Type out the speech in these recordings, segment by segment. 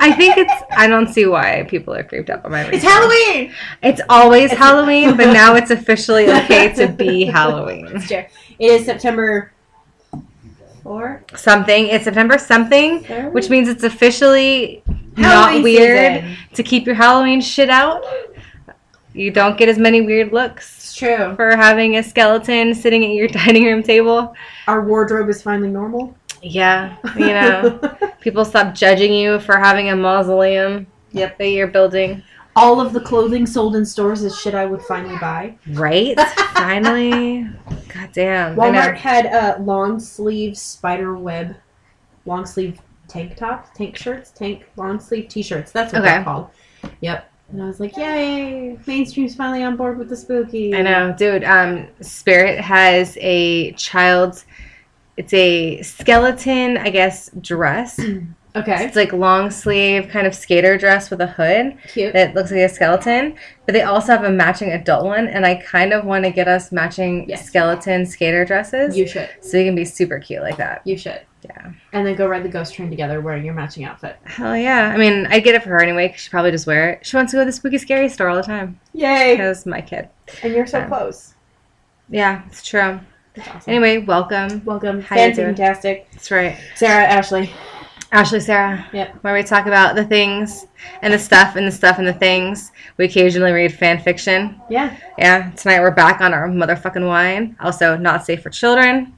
I think it's. I don't see why people are creeped out by my. It's reason. Halloween. It's always Halloween, but now it's officially okay to be Halloween. It's true. It is September four. Something. It's September something, third? which means it's officially Halloween not weird season. to keep your Halloween shit out. You don't get as many weird looks It's true. for having a skeleton sitting at your dining room table. Our wardrobe is finally normal. Yeah, you know, people stop judging you for having a mausoleum. Yep. That you're building. All of the clothing sold in stores is shit I would finally buy. Right? Finally. God damn. I know. Walmart had uh, long sleeve spider web, long sleeve tank tops, tank shirts, tank long sleeve t-shirts. That's what Okay. they're called. Yep. And I was like, yay! Mainstream's finally on board with the spooky. I know, dude. Um, Spirit has a child's. It's a skeleton, I guess, dress. Okay. It's like long sleeve, kind of skater dress with a hood Cute. that looks like a skeleton. But they also have a matching adult one, and I kind of want to get us matching Yes. skeleton skater dresses, You should. so we can be super cute like that. You should. Yeah. And then go ride the ghost train together wearing your matching outfit. Hell yeah! I mean, I'd get it for her anyway, 'cause she probably just wear it. She wants to go to the spooky scary store all the time. Yay! Because my kid. And you're so Yeah. close. Yeah, it's true. That's awesome. Anyway, welcome. welcome. How you doing? Fantastic. That's right. Sarah, Ashley. Ashley Sarah. Yep. Where we talk about the things and the stuff and the stuff and the things. We occasionally read fan fiction. Yeah. Yeah. Tonight we're back on our motherfucking wine. Also not safe for children.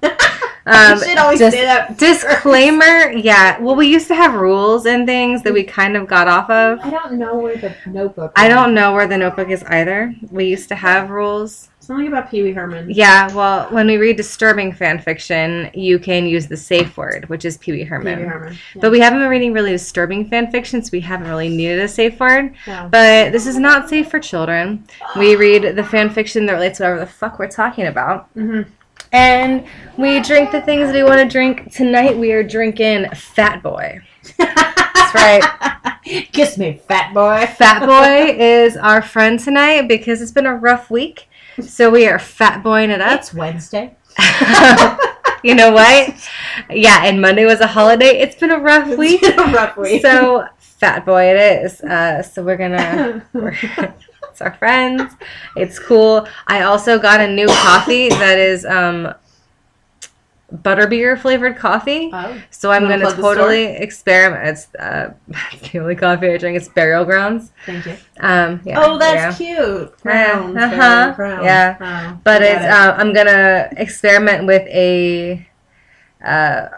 Um, you should always dis- say that. Disclaimer, yeah. Well, we used to have rules and things that we kind of got off of. I don't know where the notebook I went. don't know where the notebook is either. We used to have rules. Something about Pee Wee Herman. Yeah, well, when we read disturbing fan fiction, you can use the safe word, which is Pee Wee Pee Wee Herman. Herman. Yeah. But we haven't been reading really disturbing fan fiction, so we haven't really needed a safe word. No. But this is not safe for children. We read the fan fiction that relates to whatever the fuck we're talking about. Mhm. And we drink the things we want to drink. Tonight we are drinking Fat Boy. That's right. Kiss me, fat boy. Fat Boy is our friend tonight because it's been a rough week. So we are fat boying it up. It's Wednesday. you know what? Yeah, and Monday was a holiday. It's been a rough week. Roughly. So fat boy it is. Uh, so we're gonna it's our friends. It's cool. I also got a new coffee that is um butterbeer flavored coffee. oh. So I'm Wanna gonna plug the store? totally experiment. It's uh, the only coffee I drink. It's Burial Grounds. Thank you. Um, yeah, oh, yeah. that's cute. Crown. Yeah, fair, uh-huh, Crown. yeah. Oh, But I it's got uh, I'm gonna experiment with a uh,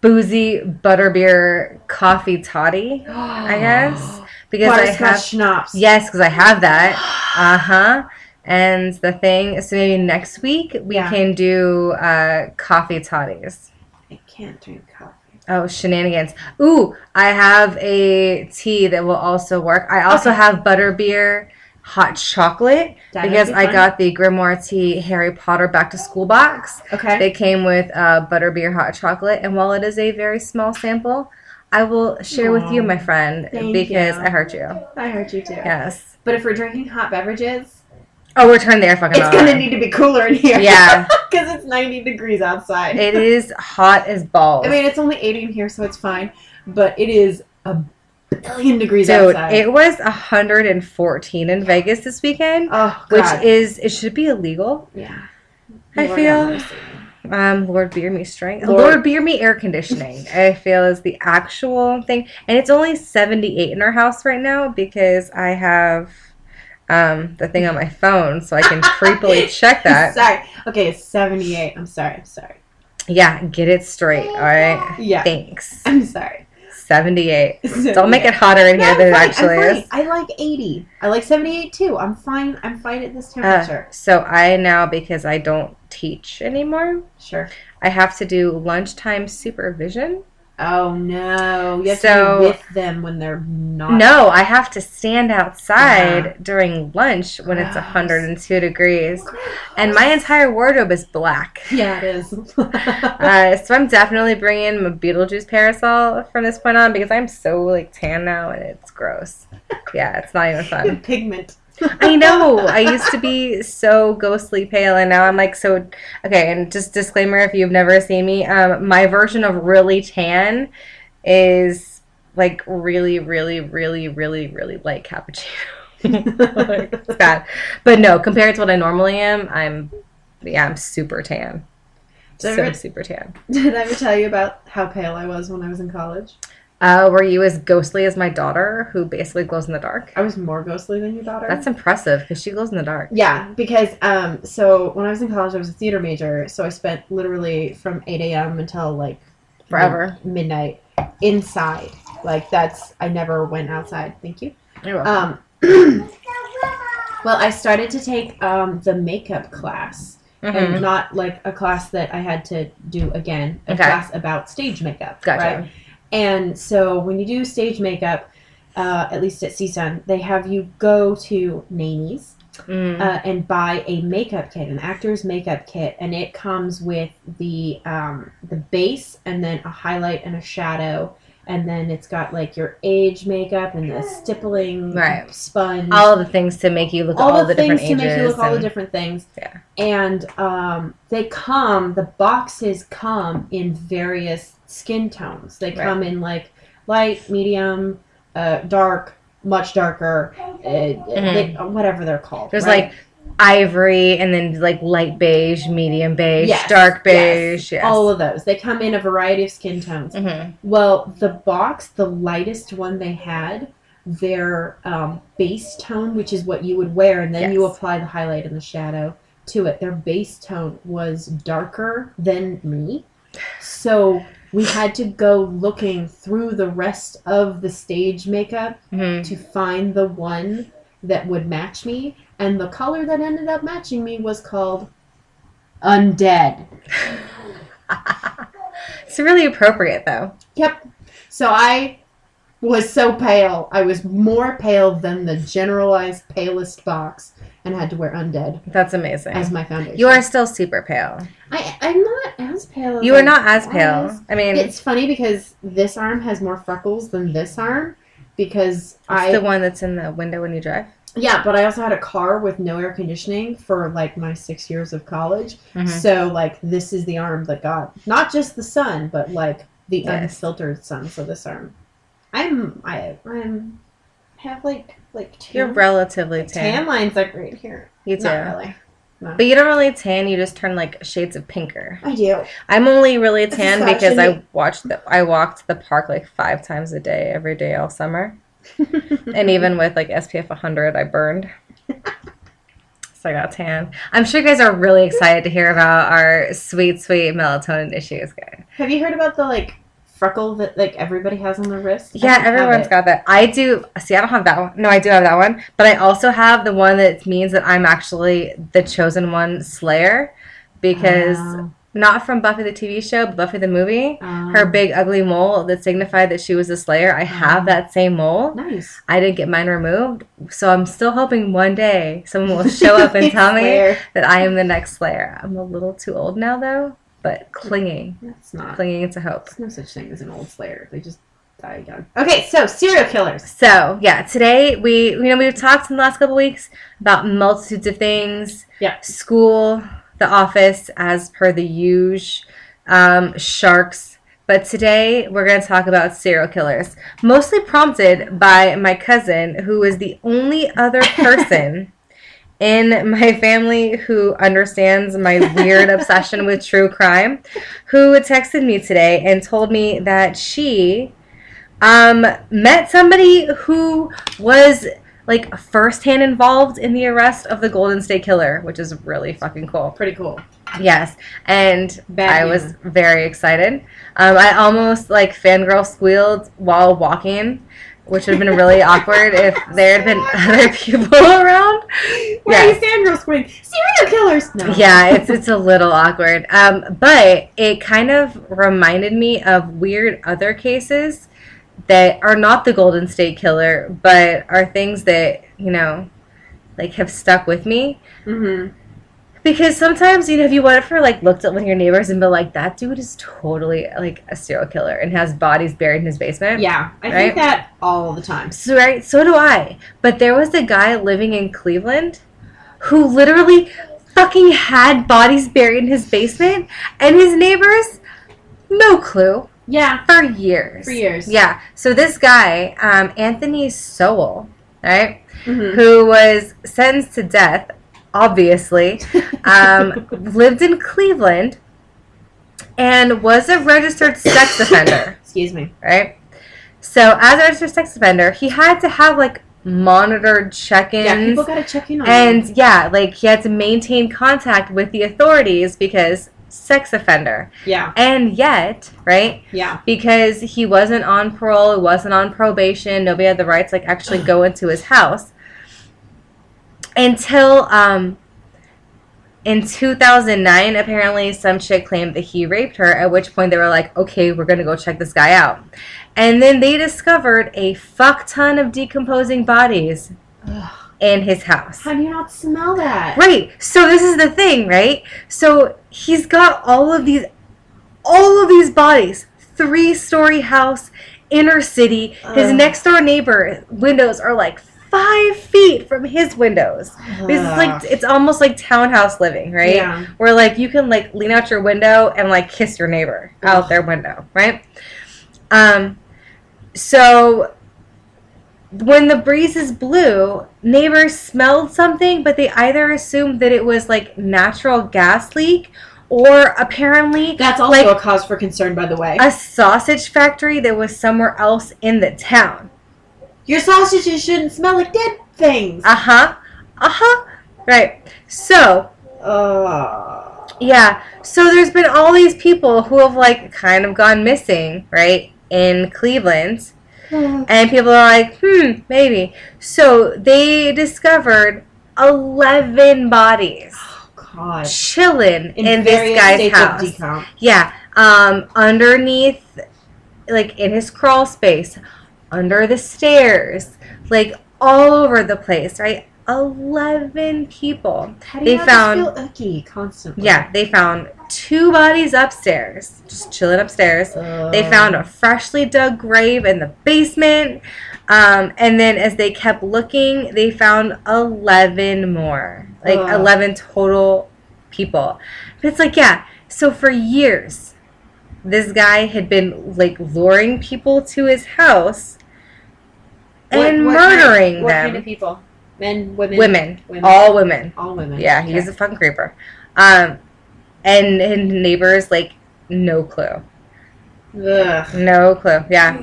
boozy butterbeer coffee toddy, it. uh, I guess, because I Butterscotch have schnapps. yes, because I have that. Uh huh. And the thing, so maybe next week we Yeah. can do uh, coffee toddies. I can't drink coffee. Oh, shenanigans! Ooh, I have a tea that will also work. I also Okay. have butterbeer hot chocolate That'd because be I fun. got the Grimoire Tea Harry Potter Back to School box. Okay. They came with uh, butterbeer hot chocolate, and while it is a very small sample, I will share with you, Aw. my friend, Thank because you. I hurt you. I heard you too. Yes. But if we're drinking hot beverages, Oh, we're turning the air fucking it's on. gonna need to be cooler in here. Yeah. Because it's 90 degrees outside. it is hot as balls. I mean, it's only 80 in here, so it's fine. But it is a billion degrees dude, outside. it was 114 in Vegas this weekend, oh, which God. is it should be illegal. yeah. I Lord feel- have mercy. Um, Lord beer me strength. Lord- Lord. beer me air conditioning. I feel is the actual thing, and it's only seventy eight in our house right now because I have um the thing on my phone, so I can creepily check that. sorry. Okay, it's 78. I'm sorry. I'm sorry. Yeah, get it straight. All right, Yeah. thanks. I'm sorry. Seventy eight. Don't make it hotter in No, here I'm than it fine, I'm actually fine. is. I like 80. I like 78 too. I'm fine. I'm fine at this temperature. Uh, so I now because I don't teach anymore, sure. I have to do lunchtime supervision. Oh no! You have So- to be with them when they're not. No, I have to stand outside Yeah. during lunch when it's Gross. 102 degrees. And my entire wardrobe is black. yeah, it is. Uh, so I'm definitely bringing my Beetlejuice parasol from this point on because I'm so like tan now and it's gross. Yeah, it's not even fun. Pigment. I know. I used to be so ghostly pale, and now I'm like so. Okay, and just disclaimer: if you've never seen me, um, my version of really tan is like really, really, really, really, really light cappuccino. like, it's bad, but no. Compared to what I normally am, I'm yeah, I'm super tan. Did I so ever- super tan. Did I ever tell you about how pale I was when I was in college? Uh, were you as ghostly as my daughter, who basically glows in the dark? I was more ghostly than your daughter. That's impressive because she glows in the dark. yeah, because um, so when I was in college, I was a theater major, so I spent literally from eight a.m. until like Forever. mid- midnight inside. Like that's I never went outside. Thank you. You're welcome. Um, well, I started to take um, the makeup class, Mhm. and not like a class that I had to do again. A Okay. class about stage makeup. Gotcha. Right? And so when you do stage makeup, uh, at least at CSUN, they have you go to Nanny's Mm. uh, and buy a makeup kit, an actor's makeup kit, and it comes with the um, the base and then a highlight and a shadow, and then it's got like your age makeup and the stippling Right. sponge, all of the things to make you look all, all the, things different to ages. make you look all the and- different things. Yeah. And um, they come, the boxes come in various skin tones. They Right. come in like light, medium, uh, dark, much darker, uh, they, whatever they're called. Mm-hmm. There's right? like ivory and then like light beige, medium beige, Yes, dark yes, beige. Yes. all of those. They come in a variety of skin tones. Mhm. Well, the box, the lightest one they had, their um, base tone, which is what you would wear, and then you Yes. apply the highlight and the shadow to it. Their base tone was darker than me, so we had to go looking through the rest of the stage makeup Mhm. to find the one that would match me, and the color that ended up matching me was called undead. It's really appropriate though. Yep. So I was so pale. I was more pale than the generalized palest box and had to wear undead That's amazing. as my foundation. You are still super pale. I, I'm not as pale as You are I not as was. pale. I mean, it's It's funny because this arm has more freckles than this arm because I. the one that's in the window when you drive. yeah, but I also had a car with no air conditioning for like my six years of college. Mhm. So, like, this is the arm that got not just the sun, but like the Yes. unfiltered sun. So this arm, I'm I I'm have like like 2 You're relatively tan tan. lines like right here. You Not do. really. But you don't really tan, you just turn like shades of pinker. I do. I'm only really This is tan how it because should I be. watched the I walked the park like five times a day every day all summer. and even with like SPF 100, I burned. so I got tan. I'm sure you guys are really excited to hear about our sweet, sweet melatonin issues, guys. have you heard about the like freckle that like everybody has on their wrist? I Yeah, don't have everyone's it. got that. I do. See, I don't have that one. No, I do have that one, but I also have the one that means that I'm actually the chosen one, Slayer, because Oh, not from Buffy the TV show, but Buffy the movie. oh. Her big ugly mole that signified that she was a Slayer. I have Oh. that same mole. nice. I didn't get mine removed, so I'm still hoping one day someone will show up and tell me Swear. that I am the next Slayer. I'm a little too old now, though, but clinging, That's not. clinging to hope. There's no such thing as an old Slayer. They just die young. Okay, so serial killers. So yeah, today we you know we've talked in the last couple weeks about multitudes of things. Yeah. School, the office, as per the huge um, sharks. But today we're going to talk about serial killers, mostly prompted by my cousin, who is the only other person in my family who understands my weird obsession with true crime, who texted me today and told me that she um, met somebody who was like firsthand involved in the arrest of the Golden State Killer, which is really fucking cool. Pretty cool. Yes, and Bad I humor. was very excited. Um, I almost like fangirl squealed while walking which would have been really awkward if there had been other people around. Where do you stand real quick? Serial killers. No. yeah, it's it's a little awkward. Um, but it kind of reminded me of weird other cases that are not the Golden State Killer, but are things that you know, like have stuck with me. hmm Because sometimes you know, if you went for like looked at one of your neighbors and been like, that dude is totally like a serial killer and has bodies buried in his basement. Yeah, I Right? think that all the time. So, right, so do I. But there was a guy living in Cleveland who literally fucking had bodies buried in his basement, and his neighbors, no clue, Yeah, for years. for years. Yeah. So this guy, um, Anthony Sowell, right, Mhm. who was sentenced to death, obviously, um, lived in Cleveland and was a registered sex offender Excuse me. right? So as a registered sex offender, he had to have like monitored check-ins, Yeah, people gotta check in on and them. yeah, like he had to maintain contact with the authorities because sex offender. yeah, And yet, right? yeah, Because he wasn't on parole, he wasn't on probation, nobody had the rights like actually go into his house until um. In 2009, apparently some chick claimed that he raped her, at which point they were like, okay, we're going to go check this guy out. And then they discovered a fuck ton of decomposing bodies Ugh. in his house. How do you not smell that? Right. So this is the thing, right? So he's got all of these all of these bodies. Three story house, inner city. His Ugh. next door neighbor windows are like five feet from his windows. This is like Ugh. it's almost like townhouse living, right? Yeah. where like you can like lean out your window and like kiss your neighbor out Ugh. their window, right? Um, so when the breezes blew, neighbors smelled something, but they either assumed that it was like natural gas leak or apparently That's also Like- a cause for concern, by the way. a sausage factory that was somewhere else in the town. Your sausages shouldn't smell like dead things. Uh huh. Uh huh. Right. So Ugh. Yeah. So there's been all these people who have like kind of gone missing, right? In Cleveland. And people are like, hmm, maybe. So they discovered 11 bodies oh God. chilling in, this various guy's states house. Of decomp. Yeah. Um, underneath, like in his crawl space, under the stairs, like all over the place, right? 11 people. How do They you not found- just feel icky constantly? Yeah, they found two bodies upstairs, just chilling upstairs. They Ugh. found a freshly dug grave in the basement. Um, and then as they kept looking, they found 11 more. Like Ugh. 11 total people. But it's like, yeah, so for years, this guy had been like luring people to his house What- and what kind- murdering what them. kind of people? Men, women, women, Women. all women. all women. Yeah, Okay. he's a fun creeper. Um, and his neighbors like no clue, Ugh. no clue. Yeah,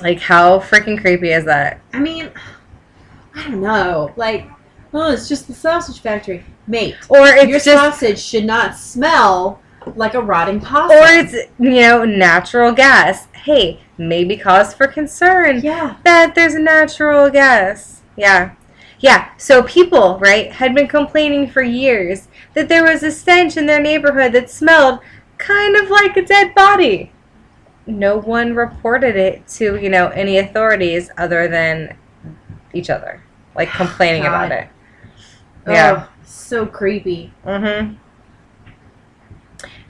like how freaking creepy is that? I mean, I don't know. Like, oh, it's just the sausage factory, mate. Or it's your just, sausage should not smell like a rotting possum. or it's you know natural gas. Hey, maybe cause for concern yeah. that there's a natural gas. Yeah. Yeah, so people, right, had been complaining for years that there was a stench in their neighborhood that smelled kind of like a dead body. No one reported it to, you know, any authorities other than each other, like complaining about God. it. Yeah. Ugh, so creepy. Mm-hmm.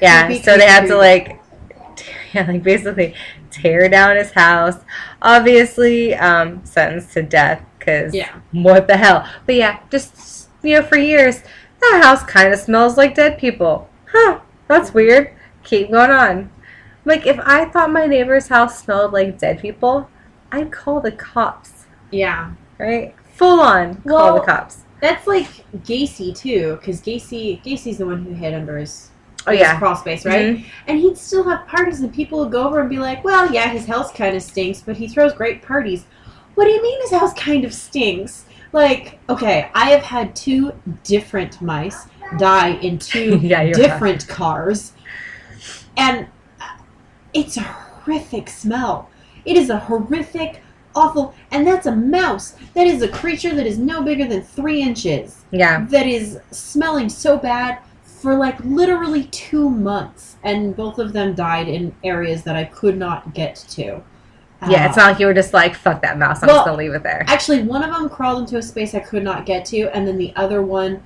Yeah, Creepy, so they had to creepy. like, yeah, like basically tear down his house. Obviously, um, sentenced to death because Yeah. what the hell? But yeah, just you know, for years that house kind of smells like dead people. Huh? That's weird. Keep going on. Like if I thought my neighbor's house smelled like dead people, I'd call the cops. Yeah. Right? Full on call Well, the cops. That's like Gacy too, because Gacy Gacy's the one who hid under his, Oh his yeah. crawl space, right? Mhm. And he'd still have parties, and people would go over and be like, "Well, yeah, his house kind of stinks, but he throws great parties." What do you mean his house kind of stinks? Like, okay, I have had two different mice die in two yeah, you're right. different cars, and it's a horrific smell. It is a horrific, awful, and that's a mouse. That is a creature that is no bigger than three inches. Yeah. That is smelling so bad for like literally two months, and both of them died in areas that I could not get to. Yeah, it's Uh, not like you were just like, fuck that mouse, I'm Well, just gonna leave it there. Actually, one of them crawled into a space I could not get to, and then the other one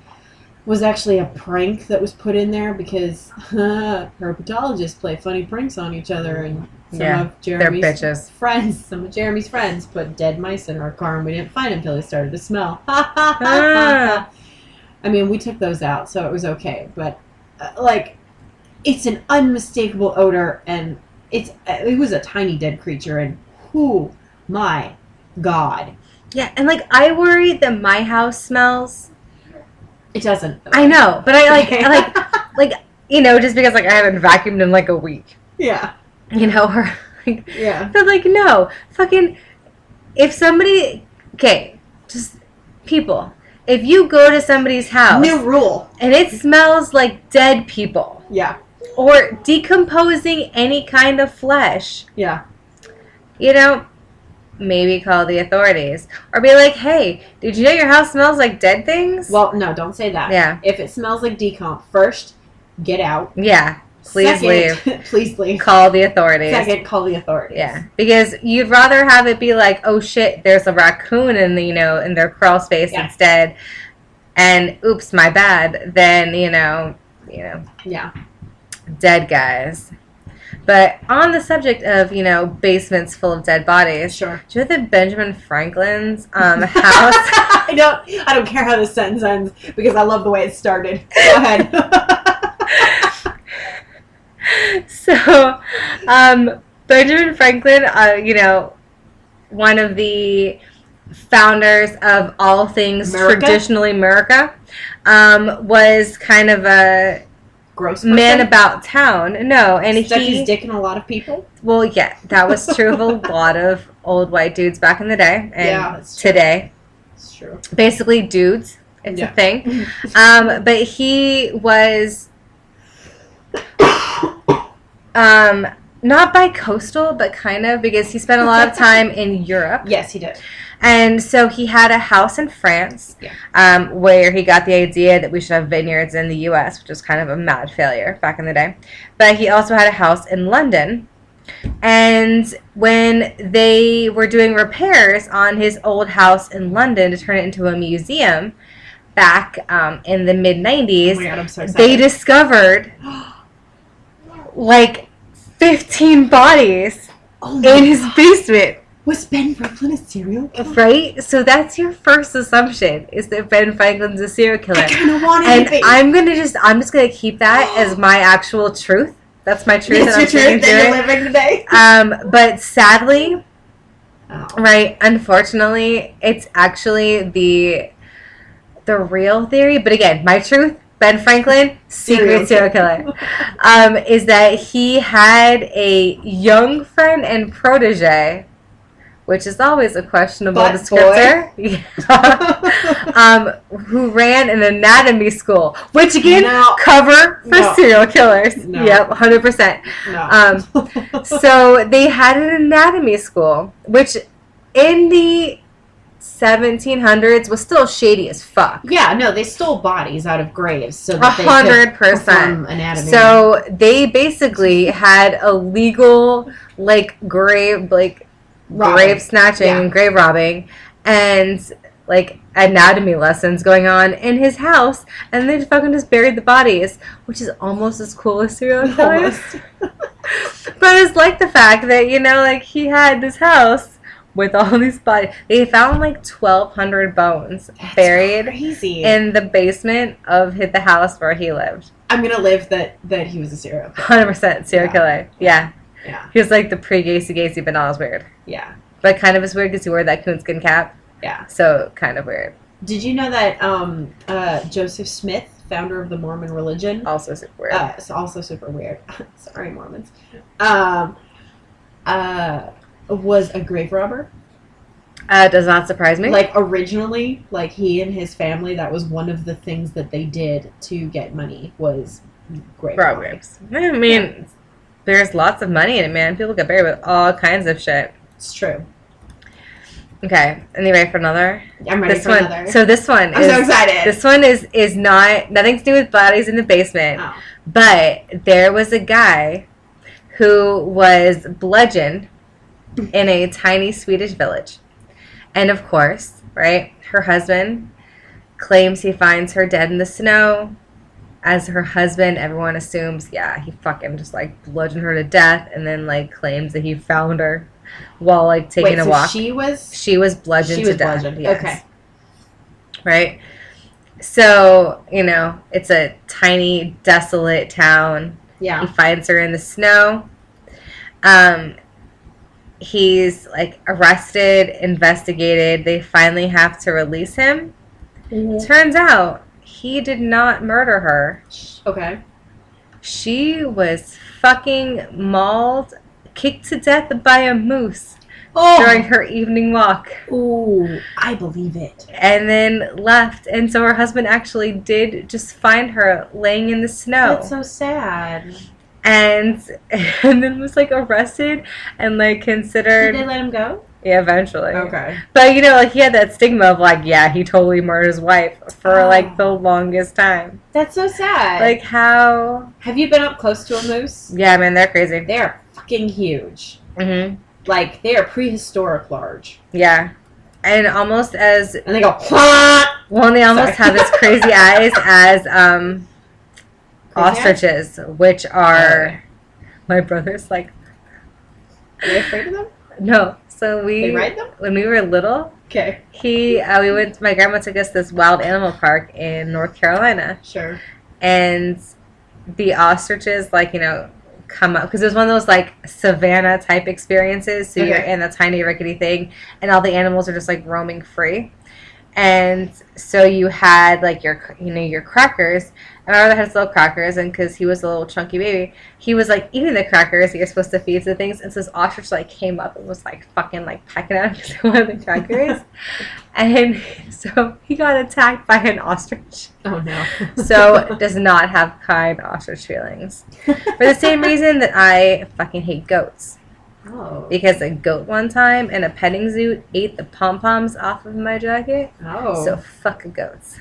was actually a prank that was put in there because herpetologists play funny pranks on each other, and some Yeah, of They're Jeremy's bitches. friends, some of Jeremy's friends, put dead mice in our car, and we didn't find them until they started to smell. Ha ha ha Ah. ha! I mean, we took those out, so it was okay. But uh, like, it's an unmistakable odor, and it's uh, it was a tiny dead creature, and who my god. Yeah, and like I worry that my house smells. It doesn't. I know, but I like I, like you know, just because like I haven't vacuumed in like a week. yeah, You know, or like yeah, But like, no, fucking. If somebody, okay, just people. If you go to somebody's house new rule. and it smells like dead people Yeah, or decomposing any kind of flesh, yeah, you know, maybe call the authorities or be like, hey, did you know your house smells like dead things? well, no, don't say that. yeah, If it smells like decomp, first get out. yeah. Please leave. please leave. Call the authorities. Second, call the authorities. Yeah, because you'd rather have it be like, oh shit, there's a raccoon in the you know in their crawl space Yeah. instead, and oops, my bad, than you know, you know, Yeah. dead guys. But on the subject of you know basements full of dead bodies, Sure. do you know that Benjamin Franklin's um, house? I don't. I don't care how this sentence ends because I love the way it started. Go ahead. so, um, Benjamin Franklin, uh, you know, one of the founders of all things America? traditionally America, um, was kind of a Gross. man about town. No, and stuck he, his dick in a lot of people. well, yeah, that was true of a lot of old white dudes back in the day and Yeah, that's true. today. It's true. Basically, dudes. It's Yeah. a thing. Um, but he was um, not by coastal, but kind of because he spent a lot of time in Europe, yes, he did. and so he had a house in France, Yeah. um, where he got the idea that we should have vineyards in the U.S., which was kind of a mad failure back in the day. But he also had a house in London. And when they were doing repairs on his old house in London to turn it into a museum back um, in the mid Oh 90s, my god, I'm so they excited. discovered like 15 bodies oh my in his God. basement, was Ben Franklin a serial killer? right? So that's your first assumption is that Ben Franklin's a serial killer. I kind of want him And to be. I'm gonna just I'm just gonna keep that as my actual truth. That's my truth It's that I'm your sticking truth to that you're it. living today. Um, but sadly, Oh. right, unfortunately, it's actually the the real theory. But again, my truth, Ben Franklin, secret serial killer. um, is that he had a young friend and protege, which is always a questionable Butt descriptor, um, who ran an anatomy school, which again, No. cover for No. serial killers. No. Yep, 100%. no. Um, so they had an anatomy school, which in the 1700s was still shady as fuck. yeah, no, they stole bodies out of graves so A that they could 100%. perform anatomy. So they basically had a legal like grave like Robbery. grave snatching Yeah. and grave robbing and like anatomy lessons going on in his house and they fucking just buried the bodies, which is almost as cool as serial killers. Almost. But it's like the fact that, you know, like he had this house with all these bodies. They found like twelve hundred bones That's buried Crazy. in the basement of hi- the house where he lived. I'm gonna live that that he was a serial. killer. Hundred percent serial Yeah. killer. Yeah, Yeah, he was like the pre Gacy Gacy, but not as weird. yeah, But kind of as weird because he wore that coonskin cap, yeah. so kind of weird. Did you know that um, uh, Joseph Smith, founder of the Mormon religion, Also super weird. uh, is also super weird. Sorry, Mormons. Um, uh, was a grave robber. Uh, does not surprise me. Like originally, like he and his family, that was one of the things that they did to get money was grave robbery. programs. I mean, there's lots of money in it, man. People get buried with all kinds of shit. It's true. Okay. Anyway, for another. I'm ready this for one. another. So this one I'm is so excited. this one is is not nothing to do with bodies in the basement, Oh. but there was a guy who was bludgeoned in a tiny Swedish village, and of course, right, her husband claims he finds her dead in the snow. As her husband, everyone assumes, yeah, he fucking just like bludgeoned her to death, and then like claims that he found her while like taking Wait, a so walk. she was She was bludgeoned she to was death. bludgeoned. yes. Okay. Right? So, you know, it's a tiny, desolate town. He Yeah. finds her in the snow. Um, he's like arrested, investigated. They finally have to release him. Mm-hmm. Turns out he did not murder her. Okay. She was fucking mauled, kicked to death by a moose during Oh. her evening walk. Ooh, I believe it. and then left. And so her husband actually did just find her laying in the snow, That's so sad. and and then was like arrested and like Did considered. they let him go? yeah, eventually. Okay. But you know, like he had that stigma of like, yeah, he totally murdered his wife for Oh. like the longest time. That's so sad. Like how? have you been up close to a moose? Yeah, man, they're crazy. They are fucking huge. hmm Like they are prehistoric large, Yeah. And almost as and they go. Plop! well, and they almost Sorry. have as crazy eyes as um, ostriches, which are my brother's like Are you afraid of them? No. So we They ride them? when we were little, Okay, he uh, we went. My grandma took us to this wild animal park in North Carolina, sure. and the ostriches like you know come up because it was one of those like savannah type experiences. So you're Okay. in a tiny rickety thing, and all the animals are just like roaming free. And so you had like your you know your crackers. And my brother had his little crackers, and because he was a little chunky baby, he was like eating the crackers that you're supposed to feed to things. And so this ostrich like came up and was like fucking like pecking at him because he wanted the crackers. and so he got attacked by an ostrich Oh no. so does not have kind ostrich feelings for the same reason that i fucking hate goats Oh. because a goat one time in a petting zoo ate the pom-poms off of my jacket Oh. so fuck goats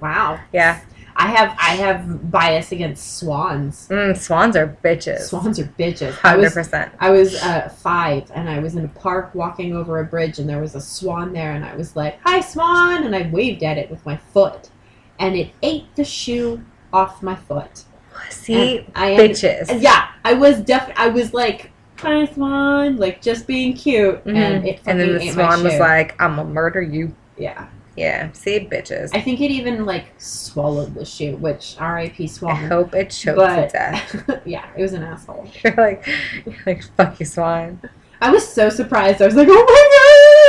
wow. yeah I have I have bias against swans. mm, swans are bitches Swans are bitches. I was 100% I was uh, five and I was in a park walking over a bridge and there was a swan there and I was like, "Hi, swan!" and I waved at it with my foot, and it ate the shoe off my foot. see And I am- uh, bitches Yeah, I was def. I was like, "Hi, swan!" like just being cute, and Mhm. it fucking and then the ate swan my was shoe. like i'm gonna murder you "Yeah." yeah see bitches I think it even like swallowed the shoe, which R.I.P. i Swan. hope it chokes but- to death yeah, it was an asshole. you're like you're like fuck you swan I was so surprised. I was like, "Oh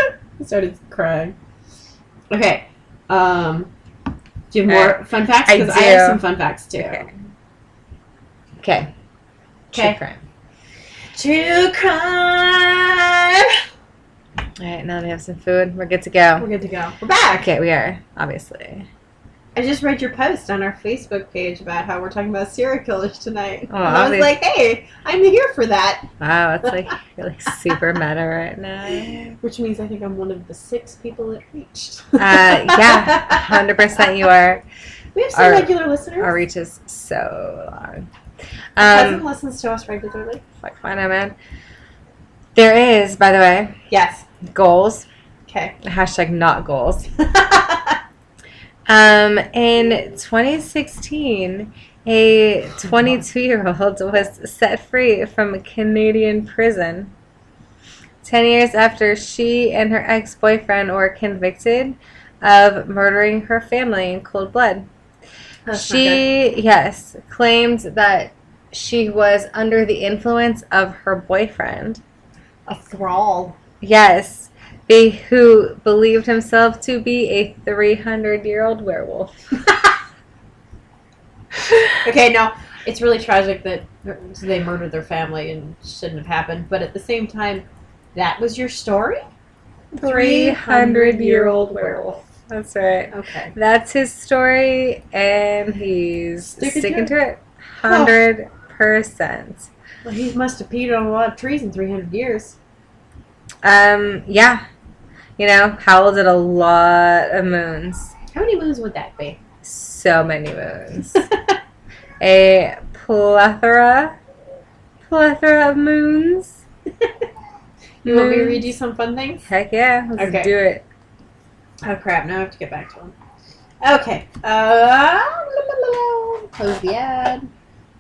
my god!" I started crying. Okay. Um, do you have more fun facts? Uh, I Because I, have do. some fun facts too. Okay. okay Okay. True crime. True crime. All right, now they have some food. We're good to go. We're good to go. We're back. Okay, we are obviously. I just read your post on our Facebook page about how we're talking about serial killers tonight. Oh, and I was obvious. like, "Hey, I'm here for that," Wow, it's like you're like super meta right now. which means I think I'm one of the six people it reached. Uh, yeah, Hundred percent, you are. We have some Our- regular listeners. Our reach is so long. cousin Um, listens to us regularly. fuck, why not, man? There is, by the way, Yes. goals. Okay. Hashtag not goals. Um, in 2016, a 22-year-old was set free from a Canadian prison. Ten years after she and her ex-boyfriend were convicted of murdering her family in cold blood. That's Oh, not good. she, yes, claimed that she was under the influence of her boyfriend. a thrall. Yes, be, who believed himself to be a 300-year-old werewolf. Okay, no, it's really tragic that they murdered their family and shouldn't have happened. But at the same time, that was your story. 300 year old werewolf. That's right. Okay. That's his story, and he's Sticking to sticking it. to it. Hundred percent. Well, he must have peed on a lot of trees in 300 years. Um, yeah. You know, Howell did a lot of moons. How many moons would that be? So many moons. a plethora, plethora of moons. You want me to Moons. read you some fun things? Heck yeah, let's Okay. do it. Oh crap! Now I have to get back to him. Okay. Uh, close the ad.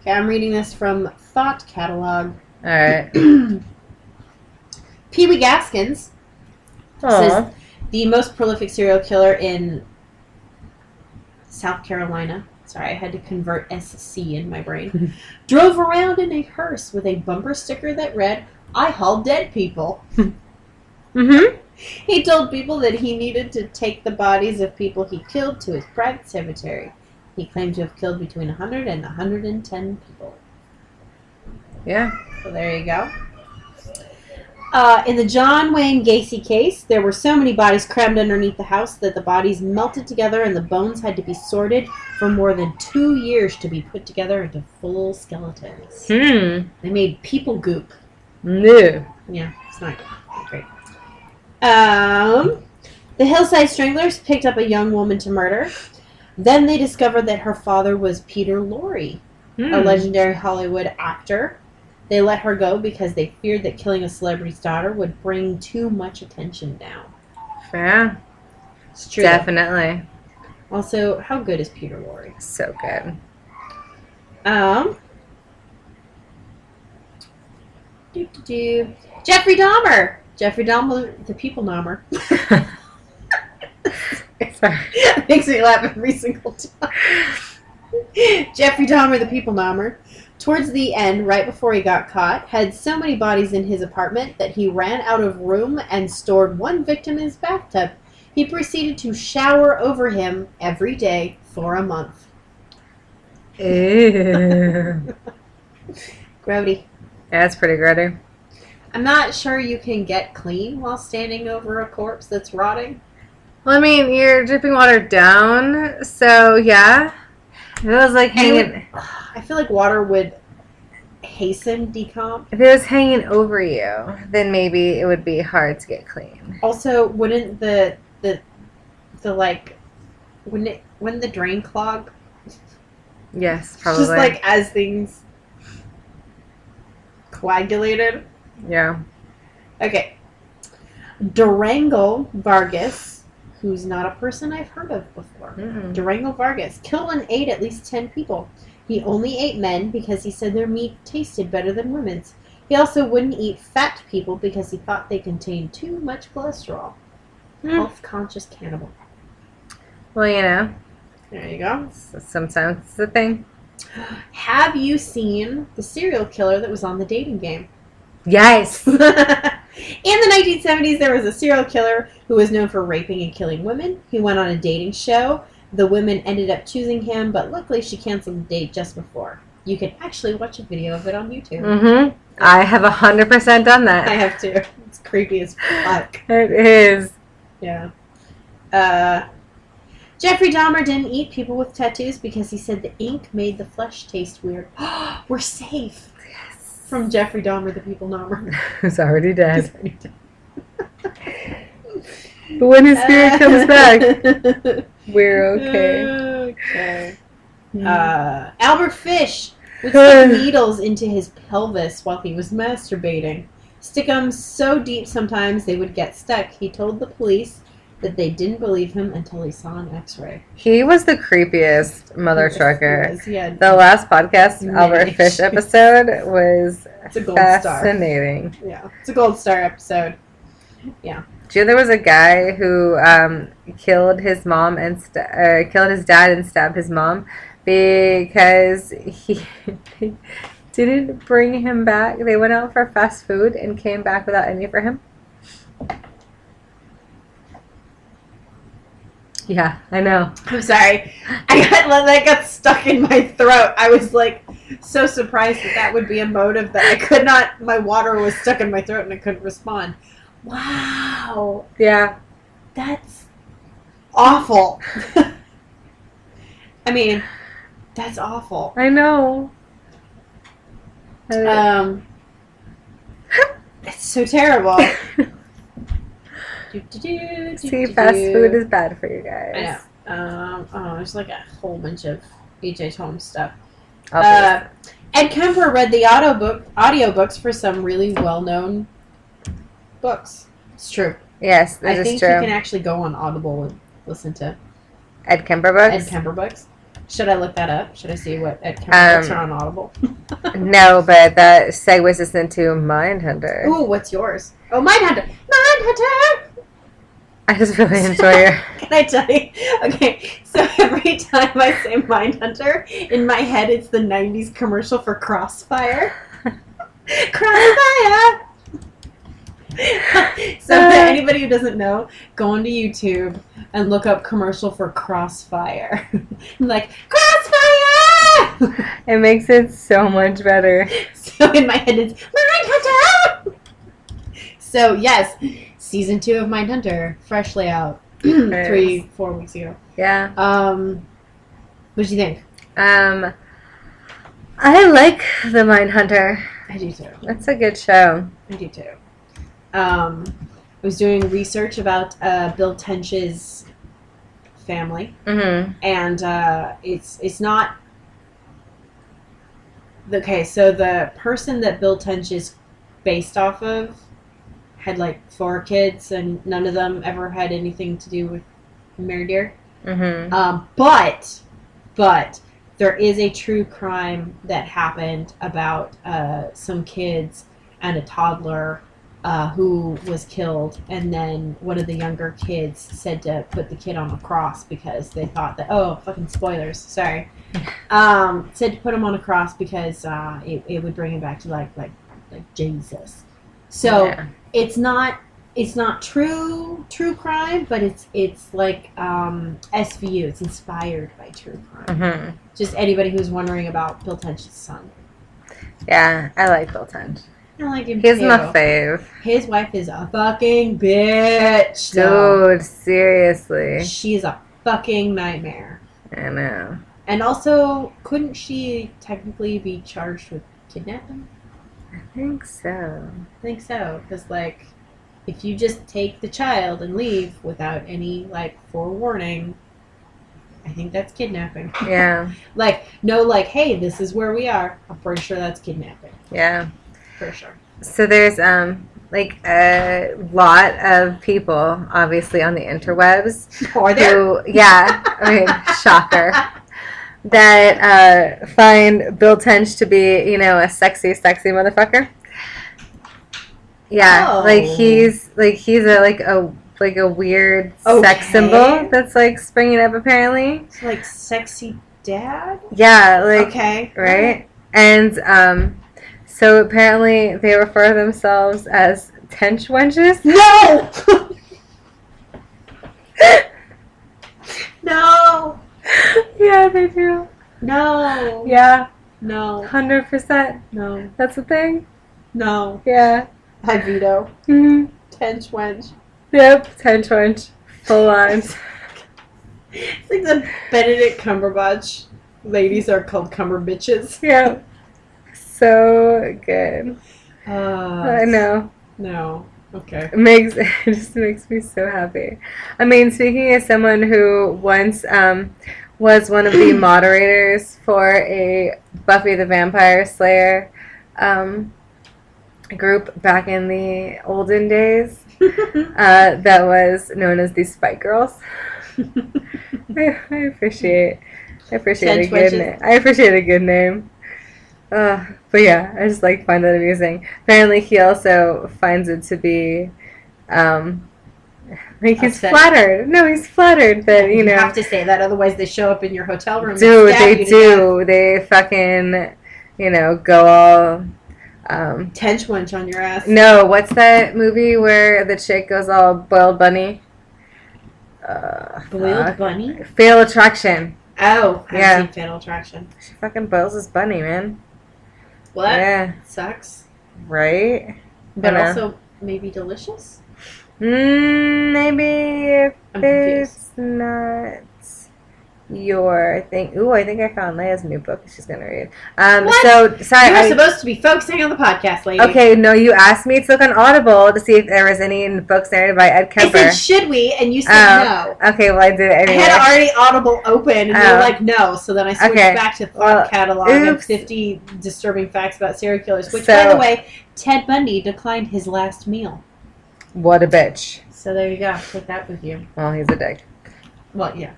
Okay, I'm reading this from Thought Catalog. All right. Pee Wee Gaskins, Aw. the most prolific serial killer in South Carolina. Sorry, I had to convert SC in my brain. Drove around in a hearse with a bumper sticker that read, "I haul dead people." Mm-hmm. Mhm. He told people that he needed to take the bodies of people he killed to his private cemetery. He claimed to have killed between 100 and 110 people. Yeah. So there you go. Uh, in the John Wayne Gacy case, there were so many bodies crammed underneath the house that the bodies melted together and the bones had to be sorted for more than two years to be put together into full skeletons. Hmm. They made people goop. No. Yeah, it's not great. Um, the Hillside Stranglers picked up a young woman to murder. Then they discovered that her father was Peter Lorre, Hmm. a legendary Hollywood actor. They let her go because they feared that killing a celebrity's daughter would bring too much attention down. Yeah. It's true. Definitely. Also, how good is Peter Lorre? So good. Um. doo doo doo. Jeffrey Dahmer. Jeffrey Dahmer, the people Dahmer. Sorry. Makes me laugh every single time. Jeffrey Dahmer, the people Dahmer, towards the end, right before he got caught, had so many bodies in his apartment that he ran out of room and stored one victim in his bathtub. He proceeded to shower over him every day for a month. Ew. Grody. That's pretty grody. I'm not sure you can get clean while standing over a corpse that's rotting. Well, I mean, you're dripping water down, so yeah. If it was like And- hanging, I feel like water would hasten decomp. if it was hanging over you, then maybe it would be hard to get clean. Also, wouldn't the the the like wouldn't it wouldn't the drain clog? Yes, probably. Just like as things coagulated. yeah. Okay. Durango Vargas, who's not a person I've heard of before. Mm-mm. Durango Vargas killed and ate at least 10 people. He only ate men because he said their meat tasted better than women's. He also wouldn't eat fat people because he thought they contained too much cholesterol. Hmm. Health conscious cannibal. Well, you know, There you go. s- sometimes it's a thing. Have you seen the serial killer that was on the dating game? Yes. In the 1970s, there was a serial killer who was known for raping and killing women. He went on a dating show. The women ended up choosing him, but luckily she canceled the date just before. You can actually watch a video of it on YouTube. Mm-hmm. I have a hundred percent done I that. have to. It's creepy as fuck. It is. Yeah. Uh, Jeffrey Dahmer didn't eat people with tattoos because he said the ink made the flesh taste weird. We're safe. From Jeffrey Dahmer, the people Dahmer. Who's already dead? But when his spirit comes back, we're okay. Okay. Uh, Albert Fish would stick needles into his pelvis while he was masturbating. Stick 'em so deep sometimes they would get stuck. He told the police that they didn't believe him until he saw an X-ray. He was the creepiest mother Yes, trucker. yes, Yeah, The last podcast Many. Albert Fish episode was it's a gold star. fascinating. Yeah, it's a gold star episode. Do you know there was a guy who um, killed his mom and st- uh, killed his dad and stabbed his mom because he they didn't bring him back. They went out for fast food and came back without any for him. Yeah, I know. I'm sorry, I got that got stuck in my throat. I was like so surprised that that would be a motive that I could not. My water was stuck in my throat and I couldn't respond. Wow, Yeah, that's awful. I mean, that's awful. I know. I- Uh, Um, that's so terrible. Do, do, do, See, fast food is bad for you guys. I know. Um, oh, there's like a whole bunch of E.J. Holmes stuff. I'll Uh, Ed Kemper read the audio book, audiobooks for some really well-known books. It's true. be- yes, I that is think true. you can actually go on Audible and listen to Ed Kemper books? Ed Kemper books. Should I look that up? Should I see what Ed Kemper books Um, are on Audible? no, but that segues us into Mindhunter. Ooh, what's yours? Oh, Mindhunter! Mindhunter! I just really enjoy it. Can I tell you? Okay, so every time I say Mindhunter, in my head it's the 90s commercial for Crossfire. Crossfire! so, for anybody who doesn't know, go onto YouTube and look up commercial for Crossfire. I'm like, Crossfire! It makes it so much better. so, in my head it's Mindhunter! So, yes, season two of Mindhunter, freshly out three, four weeks ago. Yeah. Um, what do you think? Um, I like the Mindhunter. I do too. That's a good show. I do too. Um, I was doing research about uh, Bill Tench's family, Mm-hmm. and uh, it's it's not. Okay, so the person that Bill Tench is based off of had like four kids, and none of them ever had anything to do with murder. Mm-hmm. Um, but, but there is a true crime that happened about uh, some kids and a toddler uh, who was killed, and then one of the younger kids said to put the kid on a cross because they thought that oh fucking spoilers sorry um, said to put him on a cross because uh, it, it would bring him back to like like like Jesus. So Yeah. it's not it's not true true crime, but it's it's like um, SVU. It's inspired by true crime. hmm Just anybody who's wondering about Bill Tench's son. Yeah, I like Bill Tench. I like him He's too. my fave. His wife is a fucking bitch. So Dude, seriously. she's a fucking nightmare. I know. And also, couldn't she technically be charged with kidnapping? I think so. I think so, because like, if you just take the child and leave without any like forewarning, I think that's kidnapping. Yeah, Like, no, like, hey, this is where we are. I'm pretty sure that's kidnapping. yeah. For sure. So there's um like a lot of people, obviously on the interwebs, Or there. who yeah, I mean shocker, that uh, find Bill Tench to be you know a sexy, sexy motherfucker. Yeah, Oh. like he's like he's a like a like a weird sex Okay. symbol that's like springing up apparently. It's like sexy dad. Yeah, like okay. right? And um, so apparently they refer themselves as tench wenches. No. no. yeah, they do. No. Yeah, No. hundred percent. No. That's the thing. No. Yeah. I veto. hmm Tench wench. Yep, tench wench, full on. It's like the Benedict Cumberbatch ladies are called Cumberbitches. yep. So good. Uh, I know. No. Okay. It makes it just makes me so happy. I mean, speaking as someone who once um, was one of the moderators for a Buffy the Vampire Slayer um, group back in the olden days, uh, that was known as the Spike Girls. I, I appreciate, I appreciate a Tench good wedges. name. I appreciate a good name. Uh, but yeah, I just like find that amusing. Apparently, he also finds it to be, um, like he's Upsetting. flattered. No, he's flattered that you know, have to say that, otherwise they show up in your hotel room. and do stab they you to do they fucking, you know, go all, um. death. Tench wench on your ass. No, what's that movie where the chick goes all boiled bunny? Uh, Boiled fuck. bunny. Fail attraction. Oh, I Yeah. yeah. see Fatal Attraction. She fucking boils this bunny, man. What? Yeah, Sucks. right? But Dunno. also maybe delicious. Mm, maybe if I'm confused. it's not your thing. Ooh, I think I found Leia's new book she's gonna read. Um, What? so sorry. You're I- supposed to be focusing on the podcast, lady. okay, no, you asked me to look on Audible to see if there was any books narrated by Ed I Kemper. said, should we? And you said Oh, no. okay, well I did it I anyway. had already Audible open, and you Oh. were like, no. So then I switched Okay. back to the Well, catalog of oops. 50 disturbing facts about serial killers, which, by So- the way, Ted Bundy declined his last meal. what a bitch. So there you go. Take that with you. Well, he's a dick. Well, yeah.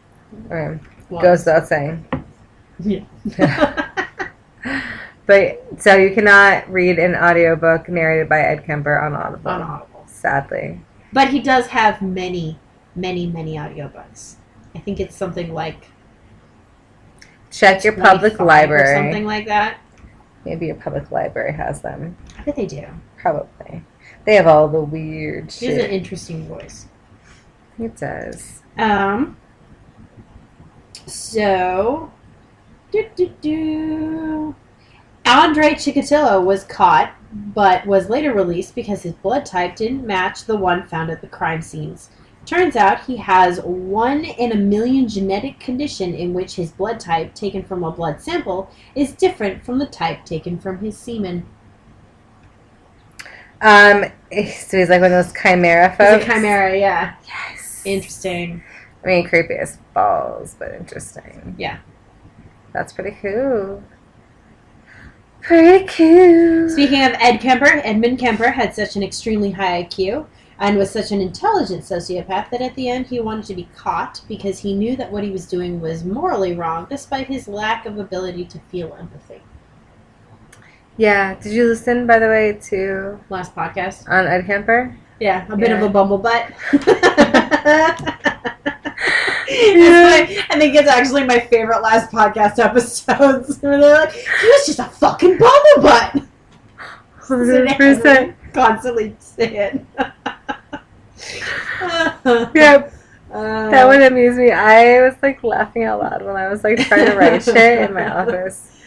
Okay, Well, goes without saying. yeah. But so you cannot read an audiobook narrated by Ed Kemper on Audible. on Audible. Sadly. But he does have many, many, many audiobooks. I think it's something like Check your public 25 or library. something like that. Maybe your public library has them. I bet they do. Probably. They have all the weird She has an shit. interesting voice. It does. Um. So, do do do. Andre Chikatilo was caught, but was later released because his blood type didn't match the one found at the crime scenes. Turns out he has one in a million genetic condition in which his blood type taken from a blood sample is different from the type taken from his semen. Um, so he's like one of those chimera It's folks. a chimera, yeah. Yes. Interesting. I mean, creepy as balls, but interesting. Yeah. That's pretty cool. Pretty cool. Speaking of Ed Kemper, Edmund Kemper had such an extremely high IQ and was such an intelligent sociopath that at the end he wanted to be caught because he knew that what he was doing was morally wrong despite his lack of ability to feel empathy. yeah. Did you listen, by the way, to Last podcast. on Ed Kemper? Yeah, a bit of Yeah. a bumble butt. That's my- I think it's actually my favorite last podcast episodes where they're like, he was just a fucking bumble butt. Hundred percent. Constantly say it. Yeah, Uh, that would amuse me. I was like laughing out loud when I was like trying to write shit in my office.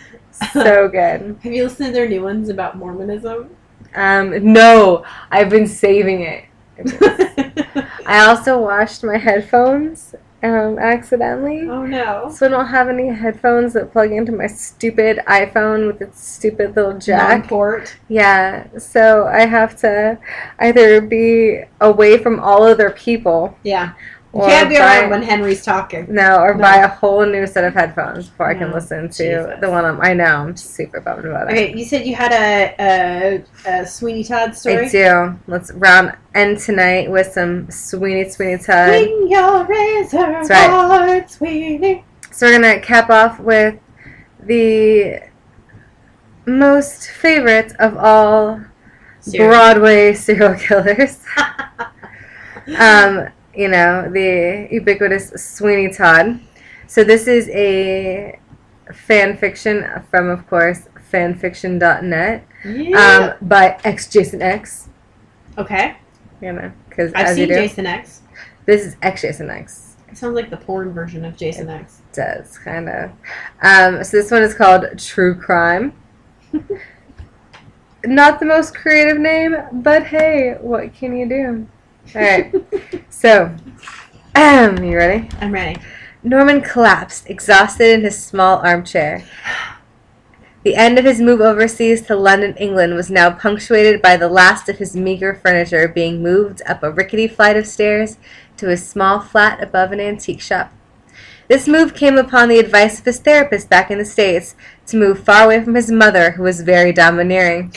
So good. Have you listened to their new ones about Mormonism? Um, no, I've been saving it. Oh, I also washed my headphones um, accidentally. oh no. So I don't have any headphones that plug into my stupid iPhone with its stupid little jack. Nonport. Yeah, so I have to either be away from all other people. Yeah. You Or can't be around buy- when Henry's talking. No, or No. buy a whole new set of headphones before I can No. listen to Jesus. the one I'm, I know. I'm super bummed about it. Okay, you said you had a, a, a Sweeney Todd story. I do. Let's round end tonight with some Sweeney Sweeney Todd. Swing your razor That's right. hard, Sweeney. So we're gonna cap off with the most favorite of all Broadway serial killers. um, you know, the ubiquitous Sweeney Todd. So this is a fan fiction from, of course, fanfiction.net Yeah. um, by X Jason X. okay. You know, because I've as seen you do, Jason X. this is X Jason X. It sounds like the porn version of Jason X. does kind of. Um, so this one is called True Crime. Not the most creative name, but hey, what can you do? All right. so, um, you ready? I'm ready. Norman collapsed, exhausted in his small armchair. The end of his move overseas to London, England was now punctuated by the last of his meager furniture being moved up a rickety flight of stairs to his small flat above an antique shop. This move came upon the advice of his therapist back in the States to move far away from his mother, who was very domineering.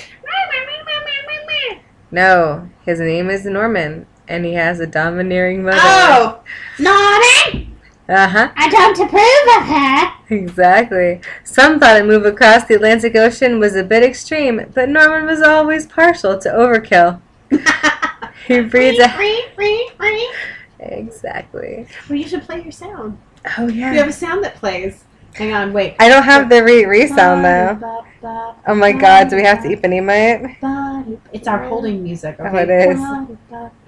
No, his name is Norman, and he has a domineering mother. Oh, naughty! Uh huh. I don't approve of her. Exactly. Some thought a move across the Atlantic Ocean was a bit extreme, but Norman was always partial to overkill. Oh! He breeds a Free, free, free. exactly. Well, you should play your sound. Oh You have yeah. a sound that plays. Hang on, wait. I don't have the re re sound though. Oh my god, do we have to Ipanema it? It's our holding music. Oh, Okay? it is. I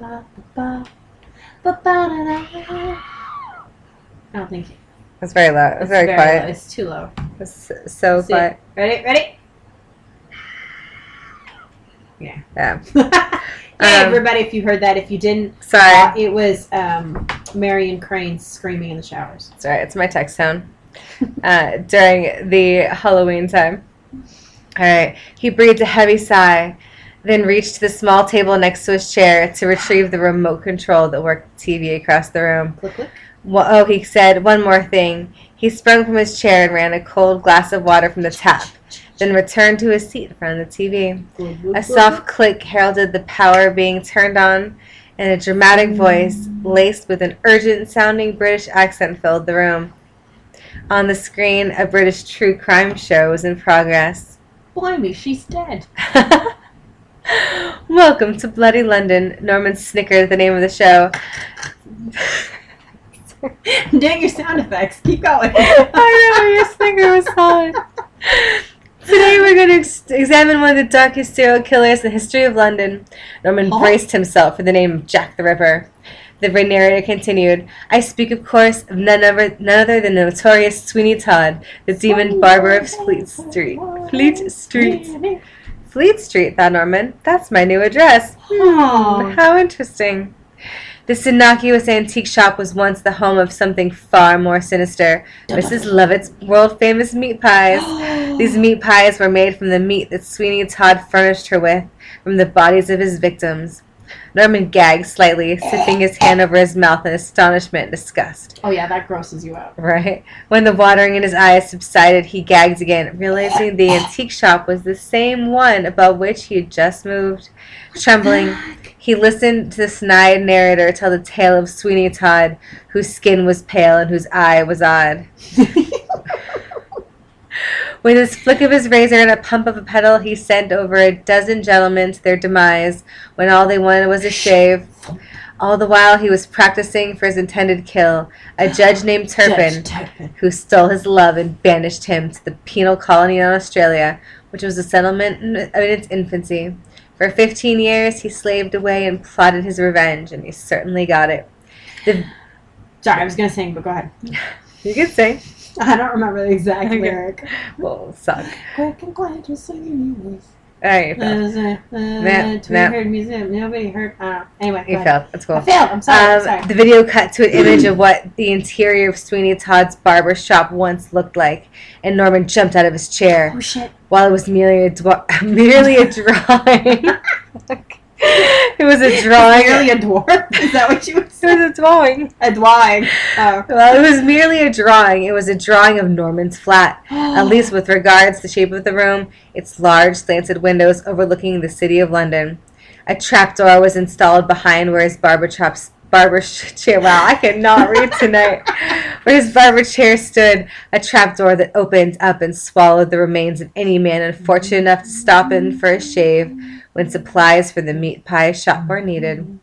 don't think it's, It's very low. It's very low. quiet. It's too low. It's so See? quiet. Ready? Ready? Yeah. Hey, Um, Um, everybody, if you heard that, if you didn't, uh, Sorry. it was um, Marion Crane screaming in the showers. Sorry, it's my text tone. Uh, during the Halloween time. All right. He breathed a heavy sigh, then reached to the small table next to his chair to retrieve the remote control that worked the TV across the room. Click, click. Wha- Oh, he said one more thing. He sprung from his chair and ran a cold glass of water from the tap, then returned to his seat in front of the TV. Glug, glug, A glug, soft click heralded the power being turned on, and a dramatic voice, laced with an urgent sounding British accent, filled the room. On the screen, a British true crime show was in progress. glug. Blimey, she's dead. Welcome to Bloody London, Norman snickered at the name of the show. Dang your sound effects. Keep going. I know, your snicker was solid. Today we're going to ex- examine one of the darkest serial killers in the history of London. Norman Huh? braced himself for the name of Jack the Ripper. The narrator continued, I speak, of course, of none other, none other than the notorious Sweeney Todd, the demon barber of Fleet Street. Fleet Street. Fleet Street, thought Norman. That's my new address. Oh. How interesting. This innocuous antique shop was once the home of something far more sinister Mrs. Lovett's world famous meat pies. These meat pies were made from the meat that Sweeney Todd furnished her with from the bodies of his victims. Norman gagged slightly, sipping his hand over his mouth in astonishment and disgust. Oh yeah, that grosses you out. Right? When the watering in his eyes subsided, he gagged again, realizing the antique shop was the same one about which he had just moved. Trembling, he listened to the snide narrator tell the tale of Sweeney Todd, whose skin was pale and whose eye was odd. With his flick of his razor and a pump of a pedal, he sent over a dozen gentlemen to their demise when all they wanted was a shave. All the while, he was practicing for his intended kill, a judge named Turpin, Judge Turpin. who stole his love and banished him to the penal colony in Australia, which was a settlement in, in its infancy. For 15 years, he slaved away and plotted his revenge, and he certainly got it. Sorry, I was gonna sing, but go ahead. You could say, I don't remember the exact Okay. lyric. well, suck. Quick and quiet, just singing you with. All right, you Mm, failed. Nah, nah. heard music. Nobody heard. I don't know. Anyway, go You ahead. failed. That's cool. I failed. I'm sorry. I'm Um, sorry. the video cut to an image of what the interior of Sweeney Todd's barber shop once looked like, and Norman jumped out of his chair. Oh shit. While it was merely a, dwa- merely a drawing, it was a drawing. Really a dwarf? Is that what you would it was a drawing. A dwang. Oh. Well, it was merely a drawing. It was a drawing of Norman's flat, at least with regards to the shape of the room, its large slanted windows overlooking the city of London. A trapdoor was installed behind where his barber chops barber sh- chair. Wow, I cannot read tonight. where his barber chair stood, a trapdoor that opened up and swallowed the remains of any man unfortunate enough to stop in for a shave when supplies for the meat pie shop were needed.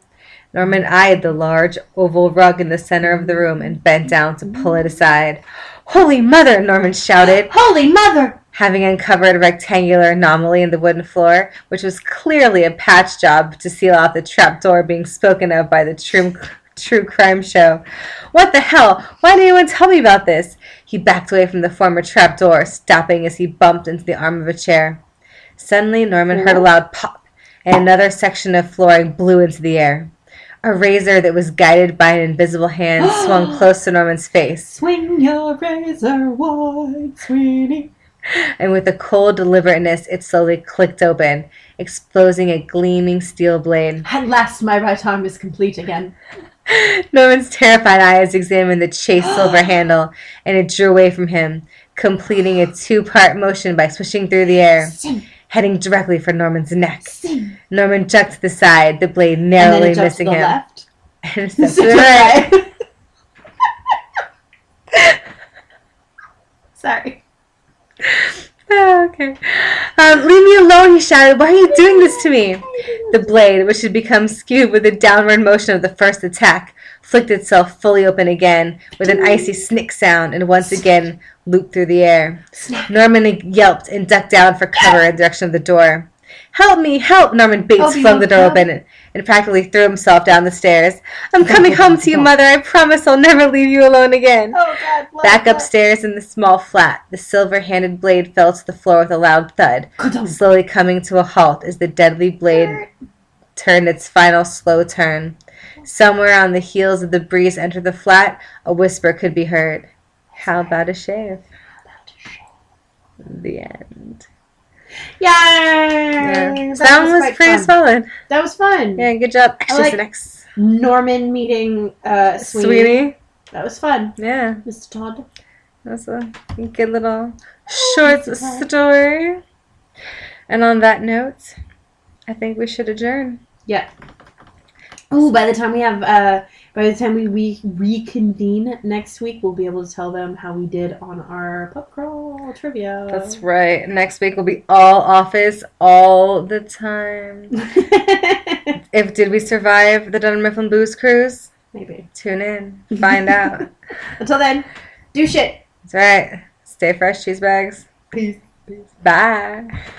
Norman eyed the large oval rug in the center of the room and bent down to pull it aside. Holy mother! Norman shouted Holy mother! having uncovered a rectangular anomaly in the wooden floor, which was clearly a patch job to seal out the trapdoor being spoken of by the true, true crime show. What the hell? Why did anyone tell me about this? He backed away from the former trapdoor, stopping as he bumped into the arm of a chair. Suddenly, Norman heard a loud pop, and another section of flooring blew into the air. A razor that was guided by an invisible hand swung close to Norman's face. Swing your razor wide, Sweeney. and with a cold deliberateness it slowly clicked open, exposing a gleaming steel blade. At last, my right arm is complete again. Norman's terrified eyes examined the chased silver handle, and it drew away from him, completing a two part motion by swishing through the air, Sing, heading directly for Norman's neck. sing. Norman ducked to the side, the blade And then narrowly it jumps to missing the him. left. And a step Is to the right. right? Sorry. Oh, okay. Um, leave me alone, he shouted. Why are you doing this to me? The blade, which had become skewed with the downward motion of the first attack, flicked itself fully open again with an icy snick sound and once again looped through the air. Norman yelped and ducked down for cover in the direction of the door. Help me, help! Norman Bates Oh, he flung the door yelled, open and, and practically threw himself down the stairs. I'm coming home to you, Mother. I promise I'll never leave you alone again. Oh god. blood, Back blood. upstairs in the small flat, the silver handed blade fell to the floor with a loud thud, Ka-dunk. slowly coming to a halt as the deadly blade turned its final slow turn. Somewhere on the heels of the breeze enter the flat, a whisper could be heard. How about a shave? The end. Yay! Yeah. That, That one was quite pretty fun. solid. That was fun. Yeah, good job. I She's like- next. Norman meeting uh, Sweeney. Sweeney. That was fun, Yeah, Mr. Todd. that's a good little short story. And on that note, I think we should adjourn. Oh, by the time we have, uh, by the time we re- reconvene next week, we'll be able to tell them how we did on our pub crawl trivia. That's right. Next week will be all office all the time. right. If did we survive the Dunham Mifflin Booze cruise? Maybe. Tune in, find out. Until then, do shit. That's right. Stay fresh, cheese bags. Peace. Bye.